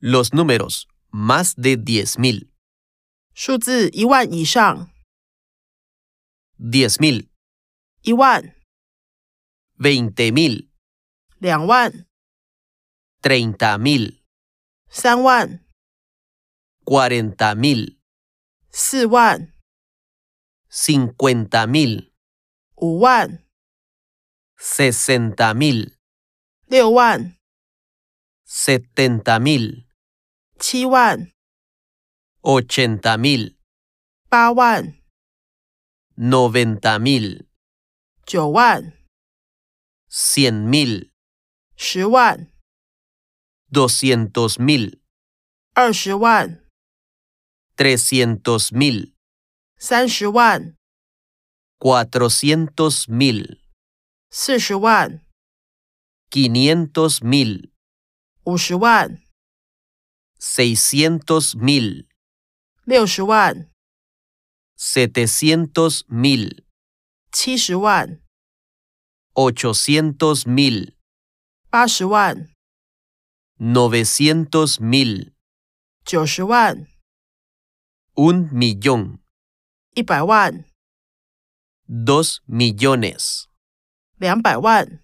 Los números más de 10.000. 数字一万以上， 10.000, 一万、 20.000, 两万、 30.000, 三万、 40.000, 四万、 50.000, 五万、 60.000, 六万、 70.000, 七万、 80.000, 八万、 90.000, 九万、 100.000, 十万、 200.000, 二十万、 300.000, 三十万、 400.000, 四十万、 500.000, 五十万、 600.000, 六十万、 700.000. 七十万、 ochocientos mil, 八十万、 novecientos mil, 九十万、 un millón, 一百万、 dos millones, 两百万、